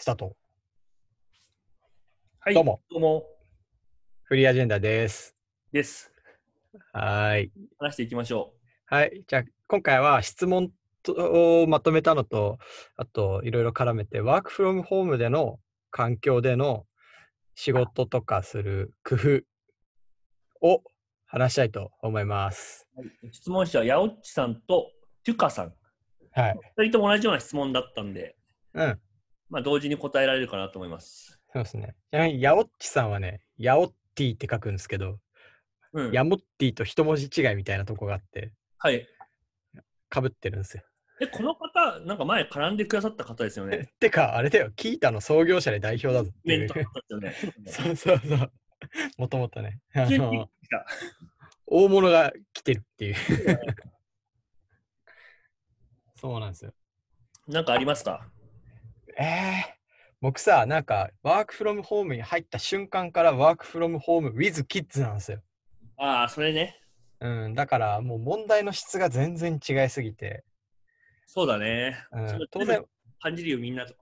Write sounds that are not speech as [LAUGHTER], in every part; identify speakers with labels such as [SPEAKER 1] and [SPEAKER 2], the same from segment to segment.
[SPEAKER 1] スタート。
[SPEAKER 2] はい、
[SPEAKER 1] どうも。
[SPEAKER 2] どうも。
[SPEAKER 1] フリーアジェンダです。
[SPEAKER 2] です。
[SPEAKER 1] はーい。
[SPEAKER 2] 話していきましょ
[SPEAKER 1] はい。じゃあ、今回は質問とをまとめたのと、あと、いろいろ絡めて、ワークフロムホームでの環境での仕事とかする工夫を話したいと思います。
[SPEAKER 2] う。質問者は八落さんとテュカさん。
[SPEAKER 1] はい。
[SPEAKER 2] 二人とも同じような質問だったんで、
[SPEAKER 1] うん。
[SPEAKER 2] まあ、同時に答えられるかなと思います。
[SPEAKER 1] そうですね。ちなみに、ヤオッチさんはね、ヤオッティって書くんですけど、
[SPEAKER 2] うん。
[SPEAKER 1] ヤモッティと一文字違いみたいなとこがあって、
[SPEAKER 2] はい。
[SPEAKER 1] かぶってるんですよ。
[SPEAKER 2] え、この方、なんか前絡んでくださった方ですよね。
[SPEAKER 1] てか、あれだよ、キータの創業者で代表だぞっ
[SPEAKER 2] イ
[SPEAKER 1] て
[SPEAKER 2] ベ
[SPEAKER 1] い
[SPEAKER 2] ン
[SPEAKER 1] う
[SPEAKER 2] ト。だったんですよね。 [LAUGHS]
[SPEAKER 1] そうそうそう。もともとね。あ
[SPEAKER 2] 急に
[SPEAKER 1] の
[SPEAKER 2] 来た。
[SPEAKER 1] 大物が来てるって
[SPEAKER 2] [LAUGHS]
[SPEAKER 1] いう。そうなんですよ。
[SPEAKER 2] なんかありますか
[SPEAKER 1] ええ僕さ、なんか、ワークフロムホームに入った瞬間から、ワークフロムホーム with kids なんですよ。
[SPEAKER 2] ああ、それね。
[SPEAKER 1] うん、だから、もう問題の質が全然違いすぎて、
[SPEAKER 2] そうだね。
[SPEAKER 1] う
[SPEAKER 2] それ
[SPEAKER 1] ん、当然、
[SPEAKER 2] 感じるよ、みんなと。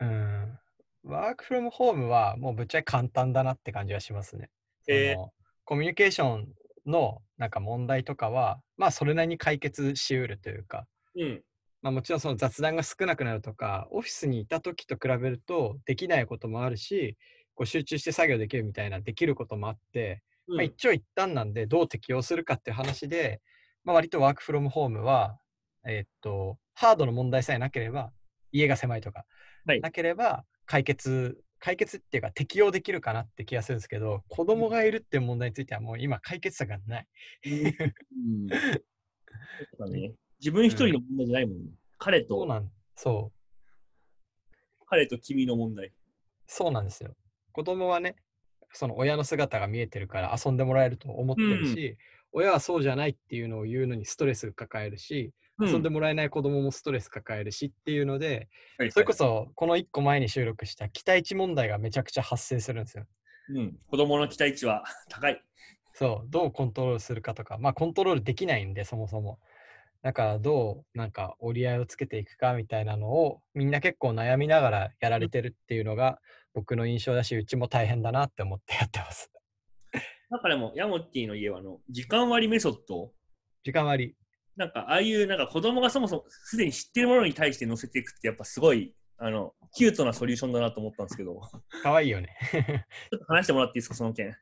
[SPEAKER 1] うん、ワークフロムホームはもうぶっちゃけ簡単だなって感じはしますね。
[SPEAKER 2] えー
[SPEAKER 1] そのコミュニケーションのなんか問題とかは、まあそれなりに解決しうるというか、
[SPEAKER 2] うん。
[SPEAKER 1] まあ、もちろんその雑談が少なくなるとか、オフィスにいた時と比べるとできないこともあるし、こう集中して作業できるみたいなできることもあって、
[SPEAKER 2] うん
[SPEAKER 1] まあ、一長一短なんでどう適用するかっていう話で、まあ、割とワークフロムホームは、えーっとハードの問題さえなければ家が狭いとか、
[SPEAKER 2] はい
[SPEAKER 1] なければ解決解決っていうか適用できるかなって気がするんですけど子供がいるっていう問題についてはもう今解決策がない。 [LAUGHS]
[SPEAKER 2] うんそうだね自分一人の問題じゃないもんね。彼
[SPEAKER 1] そう
[SPEAKER 2] と、
[SPEAKER 1] なんそう
[SPEAKER 2] 彼と君の問題。
[SPEAKER 1] そうなんですよ。子供はね、その親の姿が見えてるから遊んでもらえると思ってるし、親はそうじゃないっていうのを言うのにストレス抱えるし、遊んでもらえない子供もストレス抱えるしっていうので、
[SPEAKER 2] はい
[SPEAKER 1] それこそこの1個前に収録した期待値問題がめちゃくちゃ発生するんですよ。
[SPEAKER 2] うん、子供の期待値は [LAUGHS] 高い。
[SPEAKER 1] そう、どうコントロールするかとか、まあコントロールできないんで、そもそも。だからどうなんか折り合いをつけていくかみたいなのをみんな結構悩みながらやられてるっていうのが僕の印象だし、うちも大変だなって思ってやってます。 [LAUGHS]
[SPEAKER 2] だからもう、ヤモッティの家はあの、時間割りメソッドを、
[SPEAKER 1] 時間割
[SPEAKER 2] なんか、ああいう、なんか子供がそもそもすでに知ってるものに対して乗せていくって、やっぱすごい、あの、キュートなソリューションだなと思ったんですけど、 [LAUGHS] ちょ
[SPEAKER 1] り。かわいいよね。
[SPEAKER 2] っと話してもらっていいですか、その件。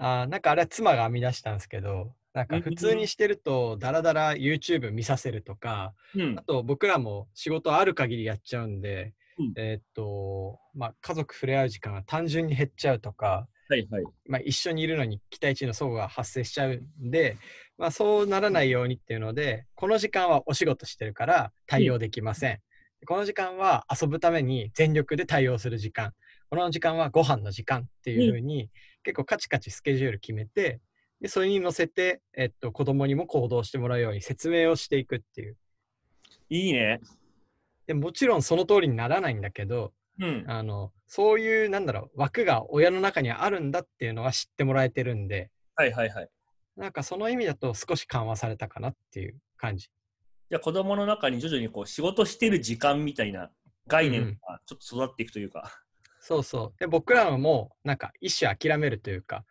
[SPEAKER 1] あーなんかあれは妻が編み出したんですけど、なんか普通にしてるとダラダラ YouTube 見させるとか、
[SPEAKER 2] うん
[SPEAKER 1] あ。と僕らも仕事ある限りやっちゃうんで、
[SPEAKER 2] うん
[SPEAKER 1] えーっと、まあ家族触れ合う時間が単純に減っちゃうとか、
[SPEAKER 2] はいはい。
[SPEAKER 1] まあ、一緒にいるのに期待値の相互が発生しちゃうんで、まあ、そうならないようにっていうのでこの時間はお仕事してるから対応できません、この時間は遊ぶために全力で対応する時間この時間はご飯の時間っていうふうに、結構カチカチスケジュール決めてでそれに乗せて、えっと、子供にも行動してもらうように説明をしていくっていう
[SPEAKER 2] いいね。
[SPEAKER 1] でもちろんその通りにならないんだけど
[SPEAKER 2] うん。
[SPEAKER 1] あのそういうなんだろう枠が親の中にはあるんだっていうのは知ってもらえてるんで。
[SPEAKER 2] はいはいはい。
[SPEAKER 1] なんかその意味だと少し緩和されたかなっていう感じ。
[SPEAKER 2] じゃあ、子供の中に徐々にこう、仕事してる時間みたいな概念がちょっと育っていくというか、
[SPEAKER 1] そうそう。で、僕らはもうなんか一種諦めるというか、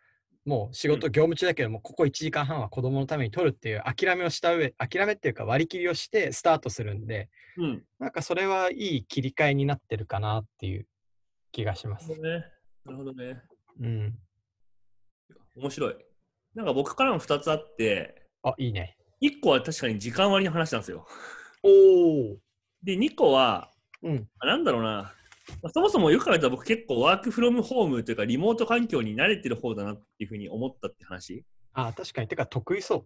[SPEAKER 1] もう仕事
[SPEAKER 2] う
[SPEAKER 1] 業務中だけども、ここ1時間半は子供のために取るっていう諦めをした上、諦めっていうか割り切りをしてスタートするんで、
[SPEAKER 2] うん。
[SPEAKER 1] なんかそれはいい切り替えになってるかなっていう気がします
[SPEAKER 2] なるほ。どね。なるほどね。
[SPEAKER 1] うん。
[SPEAKER 2] 面白い。なんか僕からも2つあって、
[SPEAKER 1] あ、いいね。
[SPEAKER 2] 1個は確かに時間割りの話なんですよ。
[SPEAKER 1] おお。
[SPEAKER 2] で、2個は、
[SPEAKER 1] うん。
[SPEAKER 2] あなんだろうな、まあそもそもよく考えたら僕結構ワークフロムホームというかリモート環境に慣れてる方だなっていうふうに思ったって話。
[SPEAKER 1] あ、確かに。てか得意そう。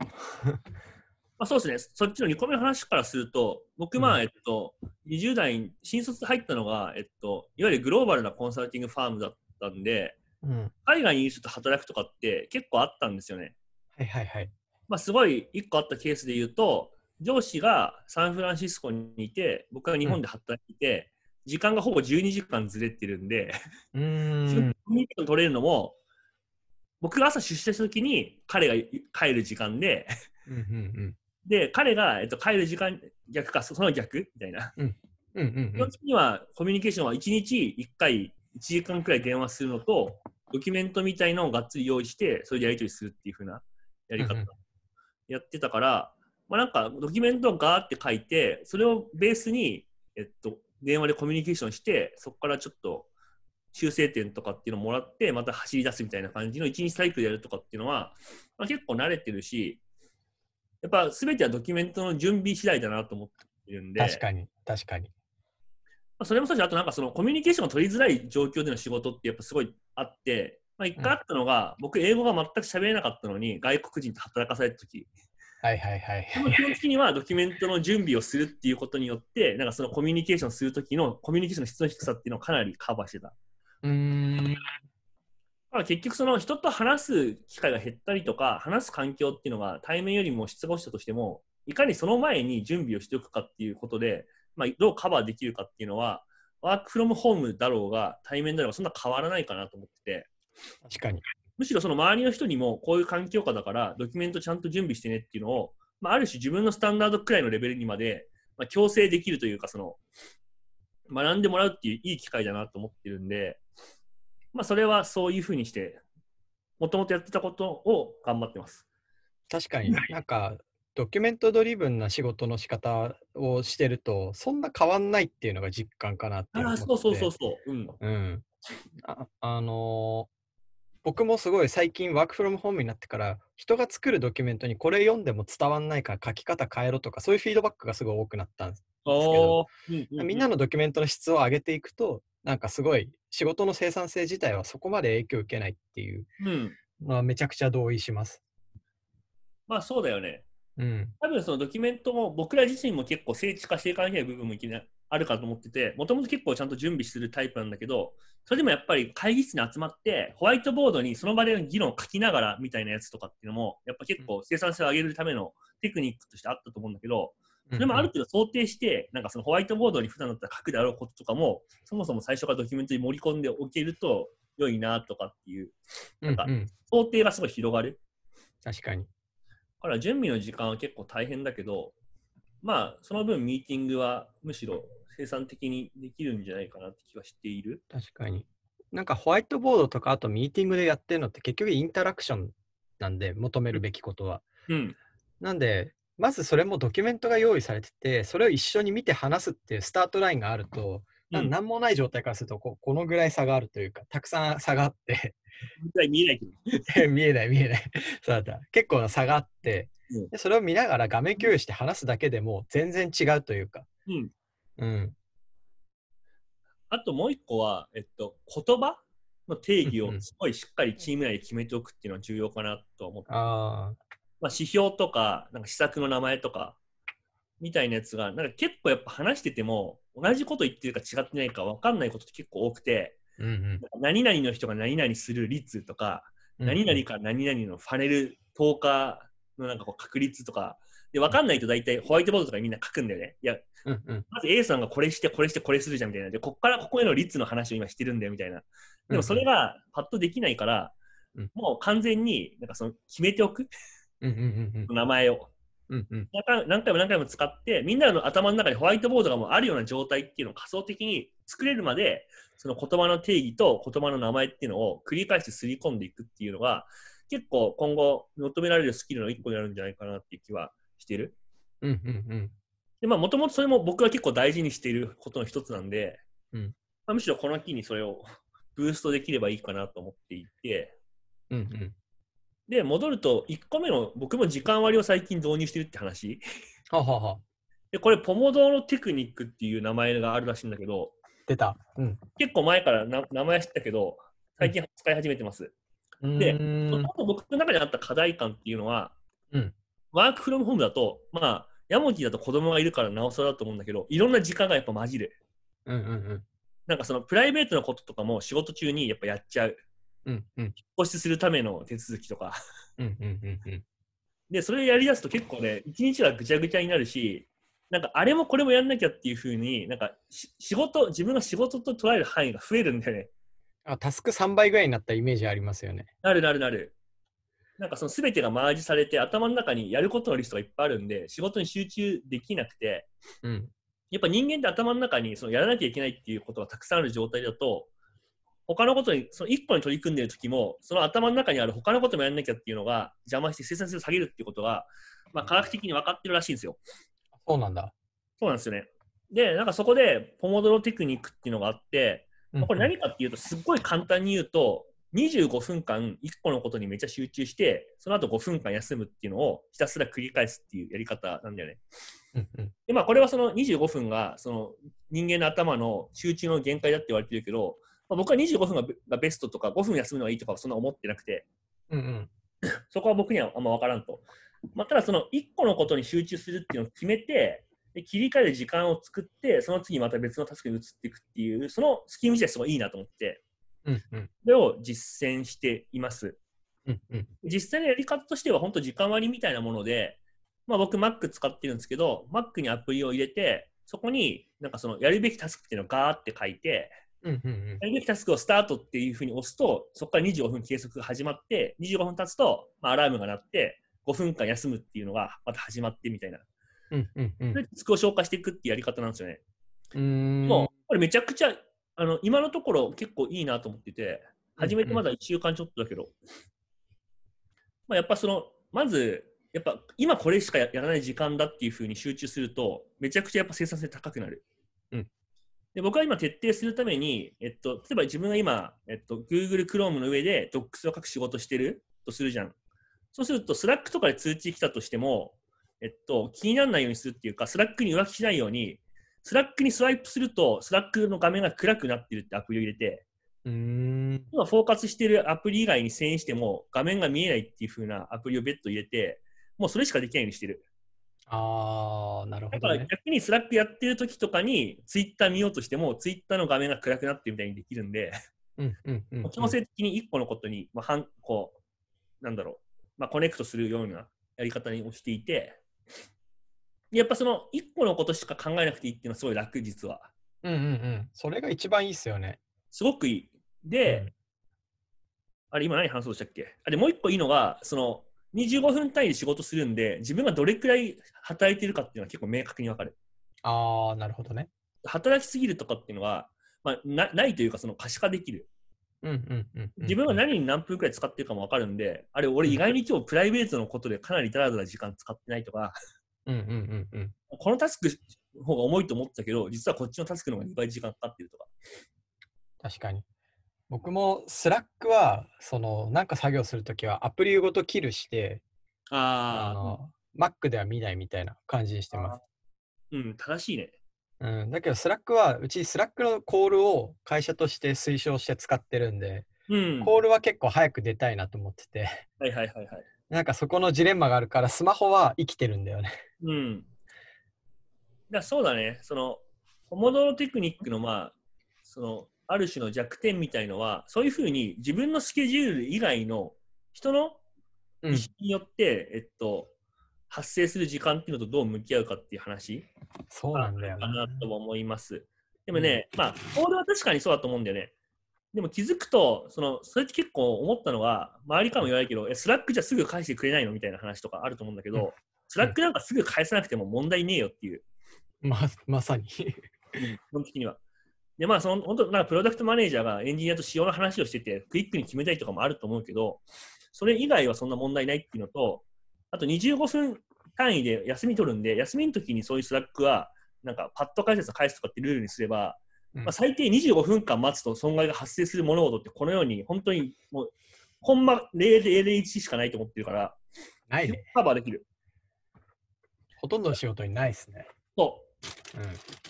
[SPEAKER 2] まあ、そうですね、そっちの2個目の話からすると、僕、ま
[SPEAKER 1] う
[SPEAKER 2] あ、えっと、20代、新卒入ったのが、えっと、いわゆるグローバルなコンサルティングファームだったんで、
[SPEAKER 1] うん。
[SPEAKER 2] 海外にいる人と働くとかって結構あったんですよね。
[SPEAKER 1] はいはいはい。
[SPEAKER 2] まあ、すごい1個あったケースで言うと、上司がサンフランシスコにいて、僕は日本で働いて、時間がほぼ12時間ずれてるんで、
[SPEAKER 1] うーん。
[SPEAKER 2] コミュニケーション取れるのも、僕が朝出社した時に彼が帰る時間で、
[SPEAKER 1] うんうんうん。
[SPEAKER 2] で、彼が、えっと、帰る時間、逆か、そその逆みたいな、
[SPEAKER 1] うんうんうん
[SPEAKER 2] 基
[SPEAKER 1] うん
[SPEAKER 2] 本。的にはコミュニケーションは1日1回1時間くらい電話するのとドキュメントみたいなのをがっつり用意してそれでやり取りするっていう風なやり方
[SPEAKER 1] うんうん
[SPEAKER 2] やってたから、まあ、なんかドキュメントをガーって書いてそれをベースに、えっと、電話でコミュニケーションしてそこからちょっと修正点とかっていうのをもらってまた走り出すみたいな感じの1日サイクルやるとかっていうのは、まあ、結構慣れてるしやっぱ全てはドキュメントの準備次第だなと思ってるんで。
[SPEAKER 1] 確かに、確かに。
[SPEAKER 2] まあ、それもそうだし、あとなんかそのコミュニケーションが取りづらい状況での仕事ってやっぱすごいあって、まあ、一回あったのが、僕、英語が全く喋れなかったのに、外国人と働かされた時
[SPEAKER 1] はいはいはい。
[SPEAKER 2] でも基本的にはドキュメントの準備をするっていうことによって、なんかそのコミュニケーションする時のコミュニケーションの質の低さっていうのをかなりカバーしてた。
[SPEAKER 1] うーん。
[SPEAKER 2] まあ、結局、その人と話す機会が減ったりとか、話す環境っていうのが対面よりも失語したとしても、いかにその前に準備をしておくかっていうことで、まあ、どうカバーできるかっていうのは、ワークフロムホームだろうが、対面だろうが、そんな変わらないかなと思ってて、
[SPEAKER 1] 確かに。
[SPEAKER 2] むしろその周りの人にも、こういう環境下だから、ドキュメントちゃんと準備してねっていうのを、まあ、ある種自分のスタンダードくらいのレベルにまで、まあ、強制できるというか、その、学んでもらうっていういい機会だなと思ってるんで、まあ、それはそういうふうにして、もともとやってたことを頑張ってます。
[SPEAKER 1] 確かになんかドキュメントドリブンな仕事の仕方をしてるとそんな変わんないっていうのが実感かなって
[SPEAKER 2] あ
[SPEAKER 1] 思っ
[SPEAKER 2] あ、
[SPEAKER 1] て
[SPEAKER 2] そうそうそうそう。うん。
[SPEAKER 1] うんああのー僕もすごい最近ワークフロムホームになってから人が作るドキュメントにこれ読んでも伝わんないから書き方変えろとかそういうフィードバックがすごい多くなったんです
[SPEAKER 2] ああ、うんう
[SPEAKER 1] みんなのドキュメントの質を上げていくとなんかすごい仕事の生産性自体はそこまで影響を受けないっていう
[SPEAKER 2] うん。
[SPEAKER 1] のはめちゃくちゃ同意します
[SPEAKER 2] まあ、そうだよね。
[SPEAKER 1] うん
[SPEAKER 2] 多分そのドキュメントも僕ら自身も結構聖地化していかなきゃいけない部分もいきなあるかと思っててもともと結構ちゃんと準備するタイプなんだけどそれでもやっぱり会議室に集まってホワイトボードにその場での議論を書きながらみたいなやつとかっていうのもやっぱ結構生産性を上げるためのテクニックとしてあったと思うんだけどそれもある程度想定してなんかそのホワイトボードに普段だったら書くであろうこととかもそもそも最初からドキュメントに盛り込んでおけると良いなとかっていう
[SPEAKER 1] うん
[SPEAKER 2] なん
[SPEAKER 1] う
[SPEAKER 2] か
[SPEAKER 1] ん、
[SPEAKER 2] 想定がすごい広がる
[SPEAKER 1] 確かに
[SPEAKER 2] だから準備の時間は結構大変だけど、まあ、その分ミーティングはむしろ生産的にできるんじゃないかなって気はしている。
[SPEAKER 1] 確かに。なんかホワイトボードとかあとミーティングでやってるのって結局インタラクションなんで求めるべきことは。
[SPEAKER 2] うん。
[SPEAKER 1] なんでまずそれもドキュメントが用意されててそれを一緒に見て話すっていうスタートラインがあるとな
[SPEAKER 2] うん、
[SPEAKER 1] 何もない状態からするとここのぐらい差があるというかたくさん差があって
[SPEAKER 2] 見えないけ
[SPEAKER 1] [LAUGHS]
[SPEAKER 2] ど。
[SPEAKER 1] 見えない見えないそうだった結構な差があって
[SPEAKER 2] うん
[SPEAKER 1] でそれを見ながら画面共有して話すだけでも全然違うというか。
[SPEAKER 2] うん。
[SPEAKER 1] うん、
[SPEAKER 2] あともう一個は、えっと、言葉の定義をすごいしっかりチーム内で決めておくっていうのは重要かなと思って、
[SPEAKER 1] あ
[SPEAKER 2] まあ、指標とか、なんか施策の名前とか、みたいなやつが、なんか結構やっぱ話してても、同じこと言ってるか違ってないか分かんないことって結構多くて、
[SPEAKER 1] ー、うんうん
[SPEAKER 2] 何々の人が何々する率とか、
[SPEAKER 1] うん、
[SPEAKER 2] 何々から何々のファネル10日のなんかこう確率とか、で、わかんないと大体ホワイトボードとかにみんな書くんだよね。いや、
[SPEAKER 1] うんうん
[SPEAKER 2] まず A さんがこれして、これして、これするじゃんみたいな。で、こっからここへの率の話を今してるんだよみたいな。でもそれがパッとできないから、
[SPEAKER 1] うん
[SPEAKER 2] もう完全になんかその決めておく、 [LAUGHS]
[SPEAKER 1] うんうんうん
[SPEAKER 2] 名前を。
[SPEAKER 1] うんうんうん
[SPEAKER 2] 何回何回も何回も使って、みんなの頭の中にホワイトボードがもうあるような状態っていうのを仮想的に作れるまで、その言葉の定義と言葉の名前っていうのを繰り返して刷り込んでいくっていうのが、結構今後求められるスキルの一個になるんじゃないかなっていう気はしてる。
[SPEAKER 1] うんうんうん
[SPEAKER 2] で、まあもともとそれも僕は結構大事にしていることの一つなんで、
[SPEAKER 1] うん
[SPEAKER 2] まあ、むしろこの機にそれを [LAUGHS] ブーストできればいいかなと思っていて、
[SPEAKER 1] うんうん
[SPEAKER 2] で、戻ると1個目の僕も時間割を最近導入してるって話。
[SPEAKER 1] はあはあはあ
[SPEAKER 2] で、これ、ポモドーロテクニックっていう名前があるらしいんだけど、
[SPEAKER 1] 出た。うん。
[SPEAKER 2] 結構前からな名前知ったけど、最近使い始めてます。で
[SPEAKER 1] うーん
[SPEAKER 2] あと僕の中にあった課題感っていうのは、
[SPEAKER 1] うん
[SPEAKER 2] ワークフロムホームだと、まあ、ヤモティだと子供がいるからなおさらだと思うんだけど、いろんな時間がやっぱ混じる。
[SPEAKER 1] うんうん
[SPEAKER 2] なんかそのプライベートなこととかも仕事中にやっぱやっちゃう。
[SPEAKER 1] うんうんうん
[SPEAKER 2] 保出するための手続きとか。
[SPEAKER 1] うんうんうんうん
[SPEAKER 2] で、それやりだすと結構ね、一日がぐちゃぐちゃになるし、なんかあれもこれもやんなきゃっていうふうに、なんかし仕事、自分が仕事と捉える範囲が増えるんだよね。
[SPEAKER 1] あタスク3倍ぐらいになったイメージありますよね。
[SPEAKER 2] なるなるなる。なんかその全てがマージされて頭の中にやることのリストがいっぱいあるんで仕事に集中できなくて
[SPEAKER 1] うん。
[SPEAKER 2] やっぱ人間って頭の中にそのやらなきゃいけないっていうことがたくさんある状態だと他のことにその1個に取り組んでる時もその頭の中にある他のこともやらなきゃっていうのが邪魔して生産性を下げるっていうことが、まあ、科学的に分かってるらしいんですよ。
[SPEAKER 1] そうなんだ。
[SPEAKER 2] そうなんですよね。で、なんかそこでポモドロテクニックっていうのがあって、まあこれ何かっていうとすっごい簡単に言うと25分間1個のことにめっちゃ集中してその後5分間休むっていうのをひたすら繰り返すっていうやり方なんだよね。
[SPEAKER 1] うんうん
[SPEAKER 2] でまあ、これはその25分がその人間の頭の集中の限界だって言われてるけど、まあ、僕は25分がベがベストとか5分休むのがいいとかはそんな思ってなくて
[SPEAKER 1] うんうん
[SPEAKER 2] そこは僕にはあんま分からんと、まあ、ただその1個のことに集中するっていうのを決めてで切り替える時間を作ってその次また別のタスクに移っていくっていうそのスキーム自体すごいいいなと思って
[SPEAKER 1] うんうん
[SPEAKER 2] それを実践しています
[SPEAKER 1] うんうん
[SPEAKER 2] 実際のやり方としては本当時間割りみたいなもので、まあ、僕 Mac 使ってるんですけど Mac にアプリを入れてそこになんかそのやるべきタスクっていうのをガーって書いて
[SPEAKER 1] うんうん
[SPEAKER 2] やるべきタスクをスタートっていうふうに押すとそこから25分計測が始まって25分経つと、まあ、アラームが鳴って5分間休むっていうのがまた始まってみたいな
[SPEAKER 1] うんうんうん
[SPEAKER 2] それでタスクを消化していくっていうやり方なんですよね。
[SPEAKER 1] うん
[SPEAKER 2] もうこれめちゃくちゃあの今のところ結構いいなと思ってて始めてまだ1週間ちょっとだけど、まあ、やっぱそのまずやっぱ今これしかややらない時間だっていうふうに集中するとめちゃくちゃやっぱ生産性高くなる、
[SPEAKER 1] うん
[SPEAKER 2] で僕は今徹底するために、えっと、例えば自分が今、えっと、Google Chrome の上で Docs を書く仕事してるとするじゃんそうすると Slack とかで通知来たとしても、えっと、気にならないようにするっていうか Slack に浮気しないようにスラックにスワイプすると、スラックの画面が暗くなってるってアプリを入れて、
[SPEAKER 1] うん
[SPEAKER 2] 今フォーカスしてるアプリ以外に遷移しても画面が見えないっていう風なアプリを別途入れて、もうそれしかできないようにしてる。
[SPEAKER 1] ああなるほ
[SPEAKER 2] だか
[SPEAKER 1] ど
[SPEAKER 2] ら
[SPEAKER 1] ね
[SPEAKER 2] 逆にスラックやってる時とかにツイッター見ようとしても、ツイッターの画面が暗くなってるみたいにできるんで、
[SPEAKER 1] うんうん [LAUGHS] うんうん
[SPEAKER 2] 強制的に一個のことに、まあ、はんこう、なんだろう、まあ、コネクトするようなやり方にしていて、やっぱその一個のことしか考えなくていいっていうのはすごい楽、実は。
[SPEAKER 1] うんうんうんそれが一番いいっすよね
[SPEAKER 2] すごくいい。で、
[SPEAKER 1] うん
[SPEAKER 2] あれ、今何話そうとしたっけあれ、もう一個いいのが、その、25分単位で仕事するんで、自分がどれくらい働いてるかっていうのは結構明確にわかる。
[SPEAKER 1] ああなるほどね
[SPEAKER 2] 働きすぎるとかっていうのは、まあ、なないというか、その可視化できる。
[SPEAKER 1] うんうんうんうん
[SPEAKER 2] 自分が何に何分くらい使ってるかもわかるんで、あれ、俺意外に今日プライベートのことでかなりだらだら時間使ってないとか、
[SPEAKER 1] うんうんうんうん
[SPEAKER 2] このタスクの方が重いと思ってたけど、実はこっちのタスクの方が2倍時間かかってるとか。
[SPEAKER 1] 確かに。僕もスラックは、その、なんか作業するときはアプリごとキルして、あ
[SPEAKER 2] あ
[SPEAKER 1] の、Mac では見ないみたいな感じにしてます。
[SPEAKER 2] あ、うん、正しいね。
[SPEAKER 1] うん、だけど、スラックは、うちスラックのコールを会社として推奨して使ってるんで、
[SPEAKER 2] うん。
[SPEAKER 1] コールは結構早く出たいなと思ってて、
[SPEAKER 2] はいはいはいはい。
[SPEAKER 1] なんかそこのジレンマがあるから、スマホは生きてるんだよね。
[SPEAKER 2] うん。だからそうだね、その、ポモドロテクニックの、まあ、その、ある種の弱点みたいのは、そういうふうに自分のスケジュール以外の人の
[SPEAKER 1] うん
[SPEAKER 2] 意、識によって、えっと、発生する時間っていうのとどう向き合うかっていう話
[SPEAKER 1] そうなんだよ
[SPEAKER 2] か
[SPEAKER 1] ね。
[SPEAKER 2] なとも思います。でもね、まあ、オールは確かにそうだと思うんだよね。でも気づくと、その、それって結構思ったのは、周りからも言われるけど、え、スラックじゃすぐ返してくれないのみたいな話とかあると思うんだけど、
[SPEAKER 1] うん
[SPEAKER 2] スラックなんかすぐ返さなくても問題ねえよっていう。
[SPEAKER 1] ま、まさに。 [LAUGHS]
[SPEAKER 2] 基本的には。で、まあ、その、本当なんかプロダクトマネージャーがエンジニアと仕様の話をしてて、クイックに決めたいとかもあると思うけど、それ以外はそんな問題ないっていうのと、あと25分単位で休み取るんで、休みの時にそういうスラックは、なんかパッド解説を返すとかってルールにすれば、
[SPEAKER 1] うん
[SPEAKER 2] まあ、最低25分間待つと損害が発生する物事ってこのように本当にもう、ほんま0.001しかないと思ってるから、
[SPEAKER 1] ないね。
[SPEAKER 2] カバーできる。
[SPEAKER 1] ほとんどの仕事にないですね。
[SPEAKER 2] そう。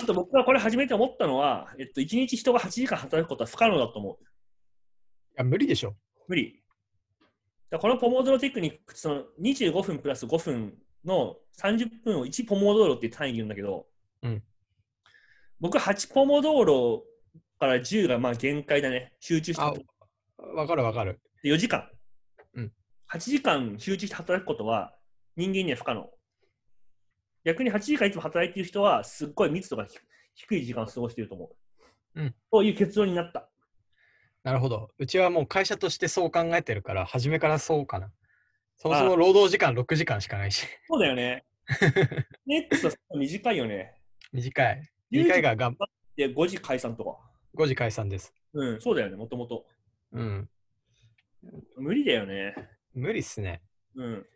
[SPEAKER 2] あと僕がこれ初めて思ったのは、えっと、1日人が8時間働くことは不可能だと思う。
[SPEAKER 1] うん。いや、無理でしょ。
[SPEAKER 2] 無理。だからこのポモドロテクニック、その25分プラス5分の30分を1ポモドロっていう単位で言うんだけど、
[SPEAKER 1] うん
[SPEAKER 2] 僕8ポモドロから10がまあ限界だね。集中して
[SPEAKER 1] あ
[SPEAKER 2] 働く、
[SPEAKER 1] わかるわかる。
[SPEAKER 2] で4時間。
[SPEAKER 1] うん
[SPEAKER 2] 8時間集中して働くことは人間には不可能。逆に8時間いつも働いてる人はすっごい密度が低低い時間を過ごしていると思う。
[SPEAKER 1] うん
[SPEAKER 2] という結論になった。
[SPEAKER 1] なるほど。うちはもう会社としてそう考えてるから、初めからそうかな。そもそ
[SPEAKER 2] あ
[SPEAKER 1] も労働時間6時間しかないし、 [LAUGHS]
[SPEAKER 2] そうだよね。ネックスはすごい短いよね。
[SPEAKER 1] 短い。理解ががん
[SPEAKER 2] で、5時解散とか。
[SPEAKER 1] 5時解散です。
[SPEAKER 2] うん、そうだよね、もともと。
[SPEAKER 1] うん。
[SPEAKER 2] 無理だよね。
[SPEAKER 1] 無理っすね。
[SPEAKER 2] うん。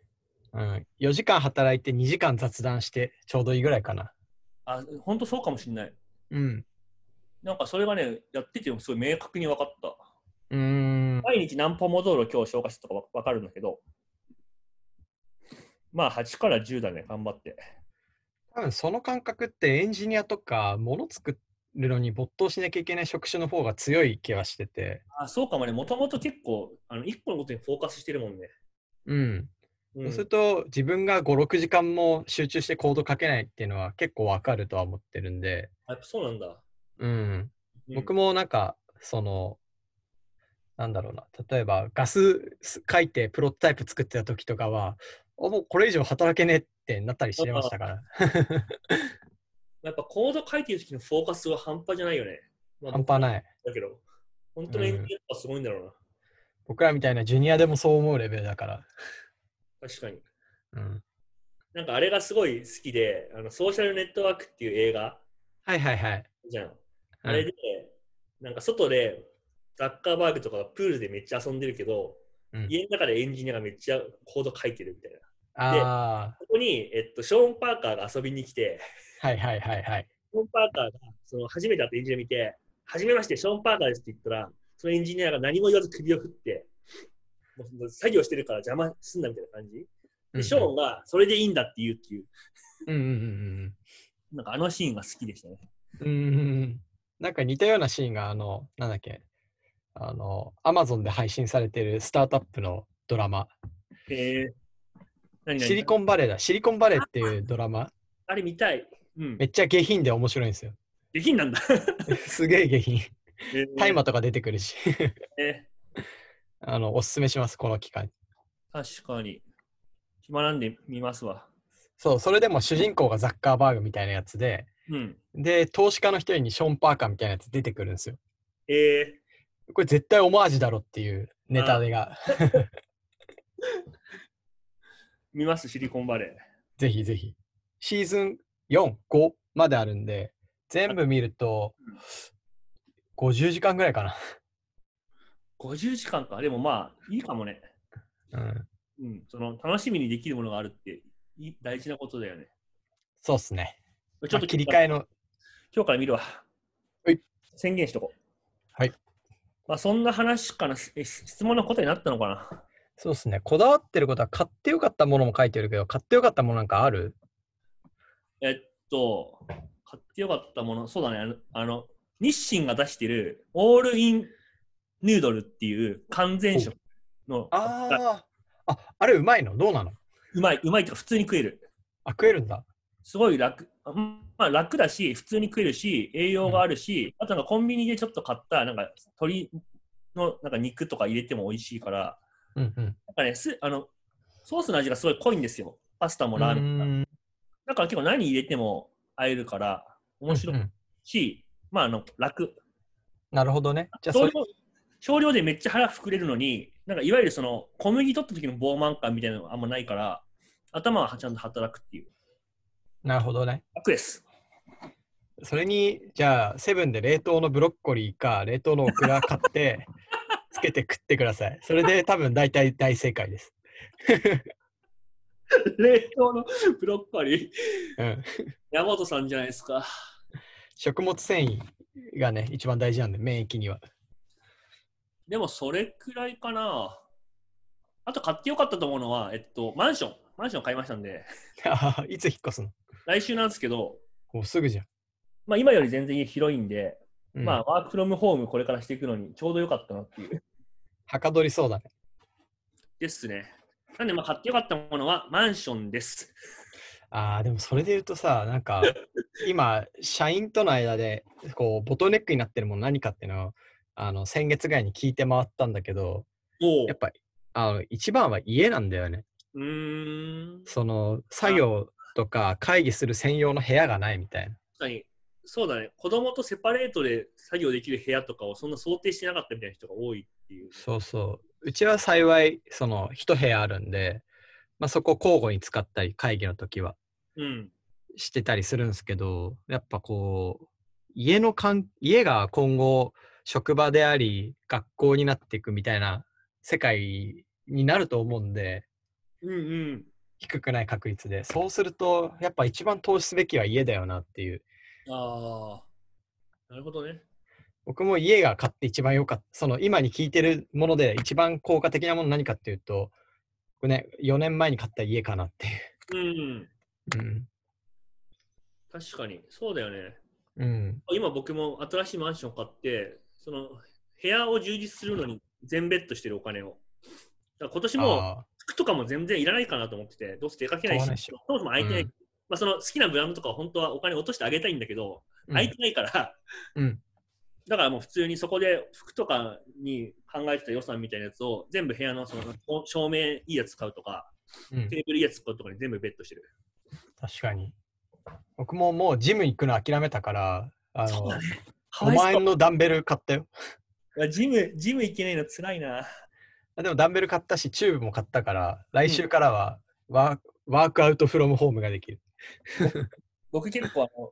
[SPEAKER 1] うん。4時間働いて2時間雑談してちょうどいいぐらいかな。
[SPEAKER 2] あ、本当そうかもしんない。
[SPEAKER 1] うん。
[SPEAKER 2] なんかそれがね、やっててもすごい明確に分かった。
[SPEAKER 1] うーん。
[SPEAKER 2] 毎日何ポモドーロ今日消化したとか分かるんだけど、まあ8から10だね、頑張って。
[SPEAKER 1] 多分その感覚ってエンジニアとか物作るのに没頭しなきゃいけない職種の方が強い気はしてて。
[SPEAKER 2] あ、そうかもね、もともと結構、あの1個のことにフォーカスしてるもんね。
[SPEAKER 1] うん。
[SPEAKER 2] う、
[SPEAKER 1] そうんすると自分が5、6時間も集中してコード書けないっていうのは結構わかるとは思ってるんで。
[SPEAKER 2] あやっぱそうなんだ。
[SPEAKER 1] うん。僕
[SPEAKER 2] も、
[SPEAKER 1] もなんか、その、なんだろうな、例えばガス書いてプロトタイプ作ってた時とかは、あもうこれ以上働けねえってなったりしてましたから、
[SPEAKER 2] やっぱコード書いてる時のフォーカスは半端じゃないよね。まあ
[SPEAKER 1] 半端ない。
[SPEAKER 2] だけど、本当のエンジニアとかすごいんだろうな。
[SPEAKER 1] 僕らみたいなジュニアでもそう思うレベルだから。
[SPEAKER 2] 確かに。
[SPEAKER 1] うん、
[SPEAKER 2] なんかあれがすごい好きで、あのソーシャルネットワークっていう映画
[SPEAKER 1] はいはいはい。
[SPEAKER 2] じゃん。
[SPEAKER 1] うん
[SPEAKER 2] あれで、なんか外でザッカーバーグとかがプールでめっちゃ遊んでるけど、
[SPEAKER 1] うん
[SPEAKER 2] 家の中でエンジニアがめっちゃコード書いてるみたいな。
[SPEAKER 1] あ
[SPEAKER 2] そこに、えっと、ショーン・パーカーが遊びに来て、
[SPEAKER 1] あ、はいはいはいはい。
[SPEAKER 2] ショーン・パーカーがその初めて会ったエンジニア見て、はじめまして、ショーン・パーカーですって言ったら、そのエンジニアが何も言わず首を振って、もうその作業してるから邪魔すんなみたいな感じ。
[SPEAKER 1] うん
[SPEAKER 2] で、ショーンがそれでいいんだって言うっていう、
[SPEAKER 1] うんうん
[SPEAKER 2] なんかあのシーンが好きでしたね。
[SPEAKER 1] うんうん。うんうんうんなんか似たようなシーンが、あの、なんだっけ、あの、アマゾンで配信されてるスタートアップのドラマ、
[SPEAKER 2] へえ。何
[SPEAKER 1] シリ
[SPEAKER 2] ン。
[SPEAKER 1] コンバレーだ、シリコンバレーっていうドラマ、
[SPEAKER 2] あれ見たい。うん
[SPEAKER 1] め。っちゃ下品で面白いんですよ。 [LAUGHS]
[SPEAKER 2] できんなんだ。
[SPEAKER 1] すげえ下品。大麻
[SPEAKER 2] マ
[SPEAKER 1] とか出てくるし、 [LAUGHS]
[SPEAKER 2] え
[SPEAKER 1] あの、おすすめします、この期間。
[SPEAKER 2] ー確かに。暇なんで見ますわ。
[SPEAKER 1] そう、それでも主人公がザッカーバーグみたいなやつで、
[SPEAKER 2] うん。
[SPEAKER 1] で、投資家の一人にショーン・パーカーみたいなやつ出てくるんですよ。
[SPEAKER 2] えー、
[SPEAKER 1] これ絶対オマージュだろっていうネタでが、
[SPEAKER 2] 見ます、シリコンバレー。
[SPEAKER 1] ぜひぜひ。シーズン4、5まであるんで、全部見ると
[SPEAKER 2] うん、
[SPEAKER 1] 50時間ぐらいか
[SPEAKER 2] 50時間か。でもまあ、いいかもね。
[SPEAKER 1] な。うん。
[SPEAKER 2] うん。その、楽しみにできるものがあるって、いい大事なことだよね。
[SPEAKER 1] そうっすね。
[SPEAKER 2] ちょ
[SPEAKER 1] ま
[SPEAKER 2] っと
[SPEAKER 1] あ切り替
[SPEAKER 2] え。
[SPEAKER 1] えの、
[SPEAKER 2] 今日から見るわ。
[SPEAKER 1] はい。
[SPEAKER 2] 宣言しとこう。
[SPEAKER 1] はい。
[SPEAKER 2] まあ、そんな話かな。え質問の答えになったのかな。
[SPEAKER 1] そうっすね。こだわってることは、買ってよかったものも書いてるけど、買ってよかったものなんかある
[SPEAKER 2] えっと、買ってよかったもの、そうだね、あの、あの日清が出してるオールインヌードルっていう完全食の、
[SPEAKER 1] ああ、あ、あれうまいのどうなの
[SPEAKER 2] うまい、うまいとか普通に食える。
[SPEAKER 1] あ、食えるんだ。
[SPEAKER 2] すごい楽、あうんまあ楽だし、普通に食えるし、栄養があるし、あとなんかコンビニでちょっと買った、なんか鶏のなんか肉とか入れても美味しいから、
[SPEAKER 1] うんうん。
[SPEAKER 2] なんかね、すあのソースの味がすごい濃いんですよ。パスタもラーメンも。
[SPEAKER 1] ン
[SPEAKER 2] だから結構何入れても合えるから、面白いし、まああの、楽。
[SPEAKER 1] なるほどね。じゃあ、
[SPEAKER 2] 少
[SPEAKER 1] それ
[SPEAKER 2] 量少量でめっちゃ腹膨れるのに、なんかいわゆるその小麦取った時の膨満感みたいなのがあんまないから、頭はちゃんと働くっていう。
[SPEAKER 1] なるほどね。
[SPEAKER 2] 楽です。
[SPEAKER 1] それに、じゃあ、セブンで冷凍のブロッコリーか、冷凍のオクラ買って、
[SPEAKER 2] [LAUGHS]
[SPEAKER 1] つけて食ってください。それで多分大体大正解です。
[SPEAKER 2] [LAUGHS] 冷凍のブロッコリー、
[SPEAKER 1] うん。
[SPEAKER 2] 山本さんじゃないですか。
[SPEAKER 1] 食物繊維がね、一番大事なんで、免疫には。
[SPEAKER 2] でもそれくらいかな。あと買ってよかったと思うのは、えっと、マンション。マンション買いましたんで、
[SPEAKER 1] あーいつ引っ越すの
[SPEAKER 2] 来週なんですけど、
[SPEAKER 1] もうすぐじゃん。
[SPEAKER 2] まあ今より全然家広いんで、
[SPEAKER 1] うん
[SPEAKER 2] まあワークフロムホームこれからしていくのにちょうどよかったなっていう。
[SPEAKER 1] はかどりそうだね。
[SPEAKER 2] ですね。なんでまあ買ってよかったものはマンションです。
[SPEAKER 1] ああ、でもそれで言うとさ、なん
[SPEAKER 2] [LAUGHS]
[SPEAKER 1] か今、社員との間でこうボトルネックになってるもの何かっていうのをあの先月ぐらいに聞いて回ったんだけど、
[SPEAKER 2] おう
[SPEAKER 1] やっぱりあの一番は家なんだよね。
[SPEAKER 2] うーん。
[SPEAKER 1] その作業とか会議する専用の部屋がないみたいな。
[SPEAKER 2] 確かに、そうだね。子供とセパレートで作業できる部屋とかをそんな想定してなかったみたいな人が多いっていう。
[SPEAKER 1] そうそう。うちは幸い、その一部屋あるんで、まあ、そこを交互に使ったり、会議の時は
[SPEAKER 2] うん。
[SPEAKER 1] してたりするんですけど、やっぱこう、家のかん、家が今後、職場であり、学校になっていくみたいな世界になると思うんで、
[SPEAKER 2] うんうん。
[SPEAKER 1] 低くない確率で。そうすると、やっぱ一番投資すべきは家だよなっていう。
[SPEAKER 2] ああ。なるほどね。
[SPEAKER 1] 僕も家が買って一番良かった、その今に聞いてるもので一番効果的なもの何かっていうと、これね、4年前に買った家かなってい
[SPEAKER 2] うん。
[SPEAKER 1] う。
[SPEAKER 2] 確かに。そうだよね。
[SPEAKER 1] うん。うん。
[SPEAKER 2] 今僕も新しいマンション買って、その部屋を充実するのに全ベットしてるお金を。だから今年も
[SPEAKER 1] あ
[SPEAKER 2] 服とかも全然いらないかなと思ってて、どうせ出かけない
[SPEAKER 1] 買わ
[SPEAKER 2] し、
[SPEAKER 1] ないし
[SPEAKER 2] そもそも空いてない、
[SPEAKER 1] うん
[SPEAKER 2] まあ、その好きなブランドとかは本当はお金落としてあげたいんだけど、
[SPEAKER 1] ー
[SPEAKER 2] 空いてないから、
[SPEAKER 1] うん。
[SPEAKER 2] だからもう普通にそこで服とかに考えてた予算みたいなやつを全部部屋のその照明いいやつ買うとか、
[SPEAKER 1] うん。うん
[SPEAKER 2] テーブルいいやつ買うとかに全部ベットしてる。
[SPEAKER 1] 確かに。僕ももうジム行くの諦めたから、あ
[SPEAKER 2] そう
[SPEAKER 1] の、
[SPEAKER 2] だね。か
[SPEAKER 1] 5
[SPEAKER 2] わい
[SPEAKER 1] 万
[SPEAKER 2] そう
[SPEAKER 1] 円のダンベル買ったよ。
[SPEAKER 2] いやジム、ジム行けないのつらいな。
[SPEAKER 1] あでもダンベル買ったし、チューブも買ったから、来週からはワーワークアウトフロムホームができる。
[SPEAKER 2] 僕結構あの、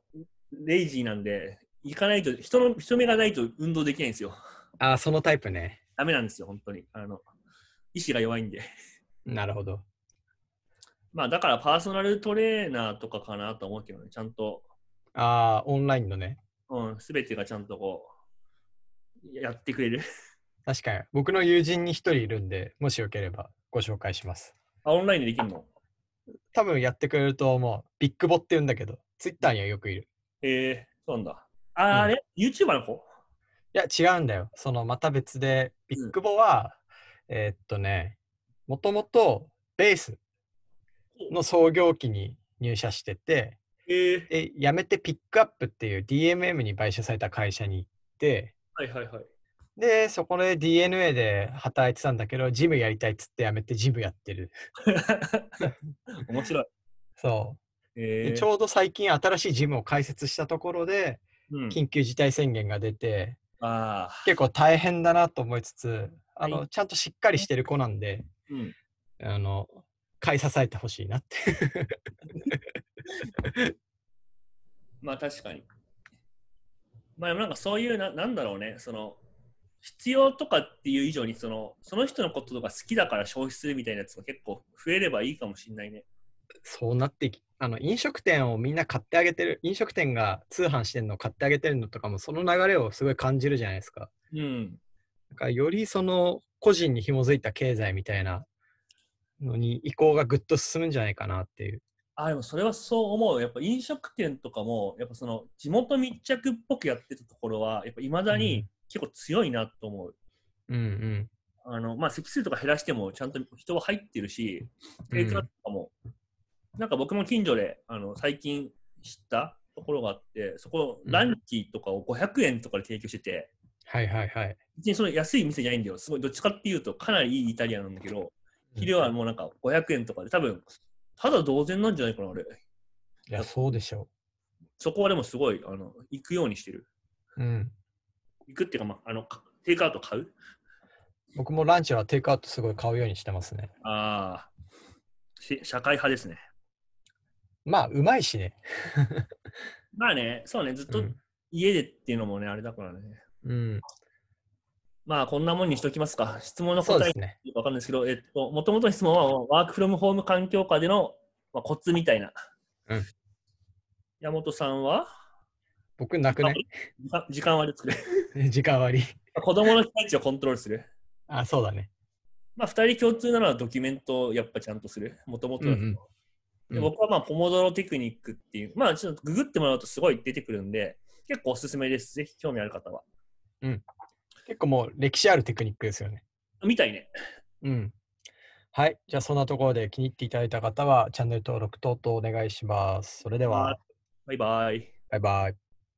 [SPEAKER 2] レイジーなんで、行かないと、人の、人目がないと運動できないんですよ。
[SPEAKER 1] ああ、そのタイプね。
[SPEAKER 2] ダメなんですよ、本当に。あの、意志が弱いんで。
[SPEAKER 1] なるほど。
[SPEAKER 2] まあだからパーソナルトレーナーとかかなと思うけどね、ちゃんと、
[SPEAKER 1] ああ、オンラインのね。
[SPEAKER 2] うん、すべてがちゃんとこう、やってくれる。
[SPEAKER 1] 確かに。僕の友人に一人いるんで、もしよければご紹介します。
[SPEAKER 2] あ、オンラインでできるの
[SPEAKER 1] 多分やってくれると思う。ビッグボって言うんだけど、ツイッターにはよくいる。
[SPEAKER 2] へえそうなんだ。あ、あれ ?YouTuber の子
[SPEAKER 1] いや、違うんだよ。その、また別で、ビッグボは、えーっとね、もともとベースの創業期に入社してて、
[SPEAKER 2] へえ
[SPEAKER 1] で、辞めてピックアップっていう DMM に買収された会社に行って、
[SPEAKER 2] はいはい [LAUGHS] はい。
[SPEAKER 1] で、そこで DNA で働いてたんだけど、ジムやりたいっつって辞めてジムやってる。
[SPEAKER 2] 面白い。
[SPEAKER 1] そう。
[SPEAKER 2] え
[SPEAKER 1] でちょうど最近新しいジムを開設したところで、
[SPEAKER 2] うん、
[SPEAKER 1] 緊急事態宣言が出て、
[SPEAKER 2] ああ、
[SPEAKER 1] 結構大変だなと思いつつ、あの、
[SPEAKER 2] は
[SPEAKER 1] ちゃんとしっかりしてる子なんで、
[SPEAKER 2] うん。
[SPEAKER 1] あの、買い支えてほしいなって。 [LAUGHS]
[SPEAKER 2] まあ確かに。まあでもなんかそういうな、なんだろうね、その、必要とかっていう以上にその、その人のこととか好きだから消費するみたいなやつが結構増えればいいかもしれないね。
[SPEAKER 1] そうなってきあの飲食店をみんな買ってあげてる飲食店が通販してるのを買ってあげてるのとかもその流れをすごい感じるじゃないですか。
[SPEAKER 2] うん。
[SPEAKER 1] だからよりその個人に紐づいた経済みたいなのに移行がぐっと進むんじゃないかなっていう。
[SPEAKER 2] あでもそれはそう思う。やっぱ飲食店とかも、やっぱその地元密着っぽくやってたところは、やっぱいまだに結構強いなと思う。
[SPEAKER 1] うんうん。
[SPEAKER 2] あの、まあ席数とか減らしてもちゃんと人は入ってるし、テイクアウトとかも、なんか僕も近所で、あの、最近知ったところがあって、そこ、
[SPEAKER 1] うん
[SPEAKER 2] ランチとかを500円とかで提供してて、
[SPEAKER 1] はいはいはい。
[SPEAKER 2] 別にその安い店じゃないんだよ。すごい、どっちかっていうとかなりいいイタリアンなんだけど、昼はもうなんか500円とかで、多分、ただ同然なんじゃないかな、あれ。
[SPEAKER 1] いやそうでしょ
[SPEAKER 2] そこはでもすごい、あの、行くようにしてる。
[SPEAKER 1] う。うん。
[SPEAKER 2] 行くっていうか、まあ、あの、かテイクアウト買う
[SPEAKER 1] 僕もランチはテイクアウトすごい買うようにしてますね。
[SPEAKER 2] ああ、し社会派ですね。
[SPEAKER 1] まあうまいしね。
[SPEAKER 2] まあね、そうね、ずっ
[SPEAKER 1] う
[SPEAKER 2] と
[SPEAKER 1] ん
[SPEAKER 2] 家でっていうのもね、あれだからね。
[SPEAKER 1] うん、
[SPEAKER 2] まあ、こんなもんにしときますか。質問の
[SPEAKER 1] そう
[SPEAKER 2] 答
[SPEAKER 1] で
[SPEAKER 2] え
[SPEAKER 1] すね。
[SPEAKER 2] わかんないですけど、えっと、もともとの質問は、ワークフロムホーム環境下での、まあ、コツみたいな。
[SPEAKER 1] うん
[SPEAKER 2] 山本さんは
[SPEAKER 1] 僕なくね
[SPEAKER 2] 時間時間割り作る。 [LAUGHS]
[SPEAKER 1] 時間割り。
[SPEAKER 2] 子供の期待値をコントロールする。
[SPEAKER 1] あそうだね。
[SPEAKER 2] まあ、二人共通なのはドキュメントをやっぱちゃんとする。もともと
[SPEAKER 1] うんうんうん
[SPEAKER 2] 僕はまあ、ポモドロテクニックっていう、まあ、ちょっとググってもらうとすごい出てくるんで、結構おすすめです。ぜひ興味ある方は。
[SPEAKER 1] 結構もう歴史あるテクニックですよね。
[SPEAKER 2] みたいね。
[SPEAKER 1] うん。はい。じゃあ、そんなところで気に入っていただいた方は、チャンネル登録等々お願いします。それでは、
[SPEAKER 2] バイバイ。
[SPEAKER 1] バイバイ。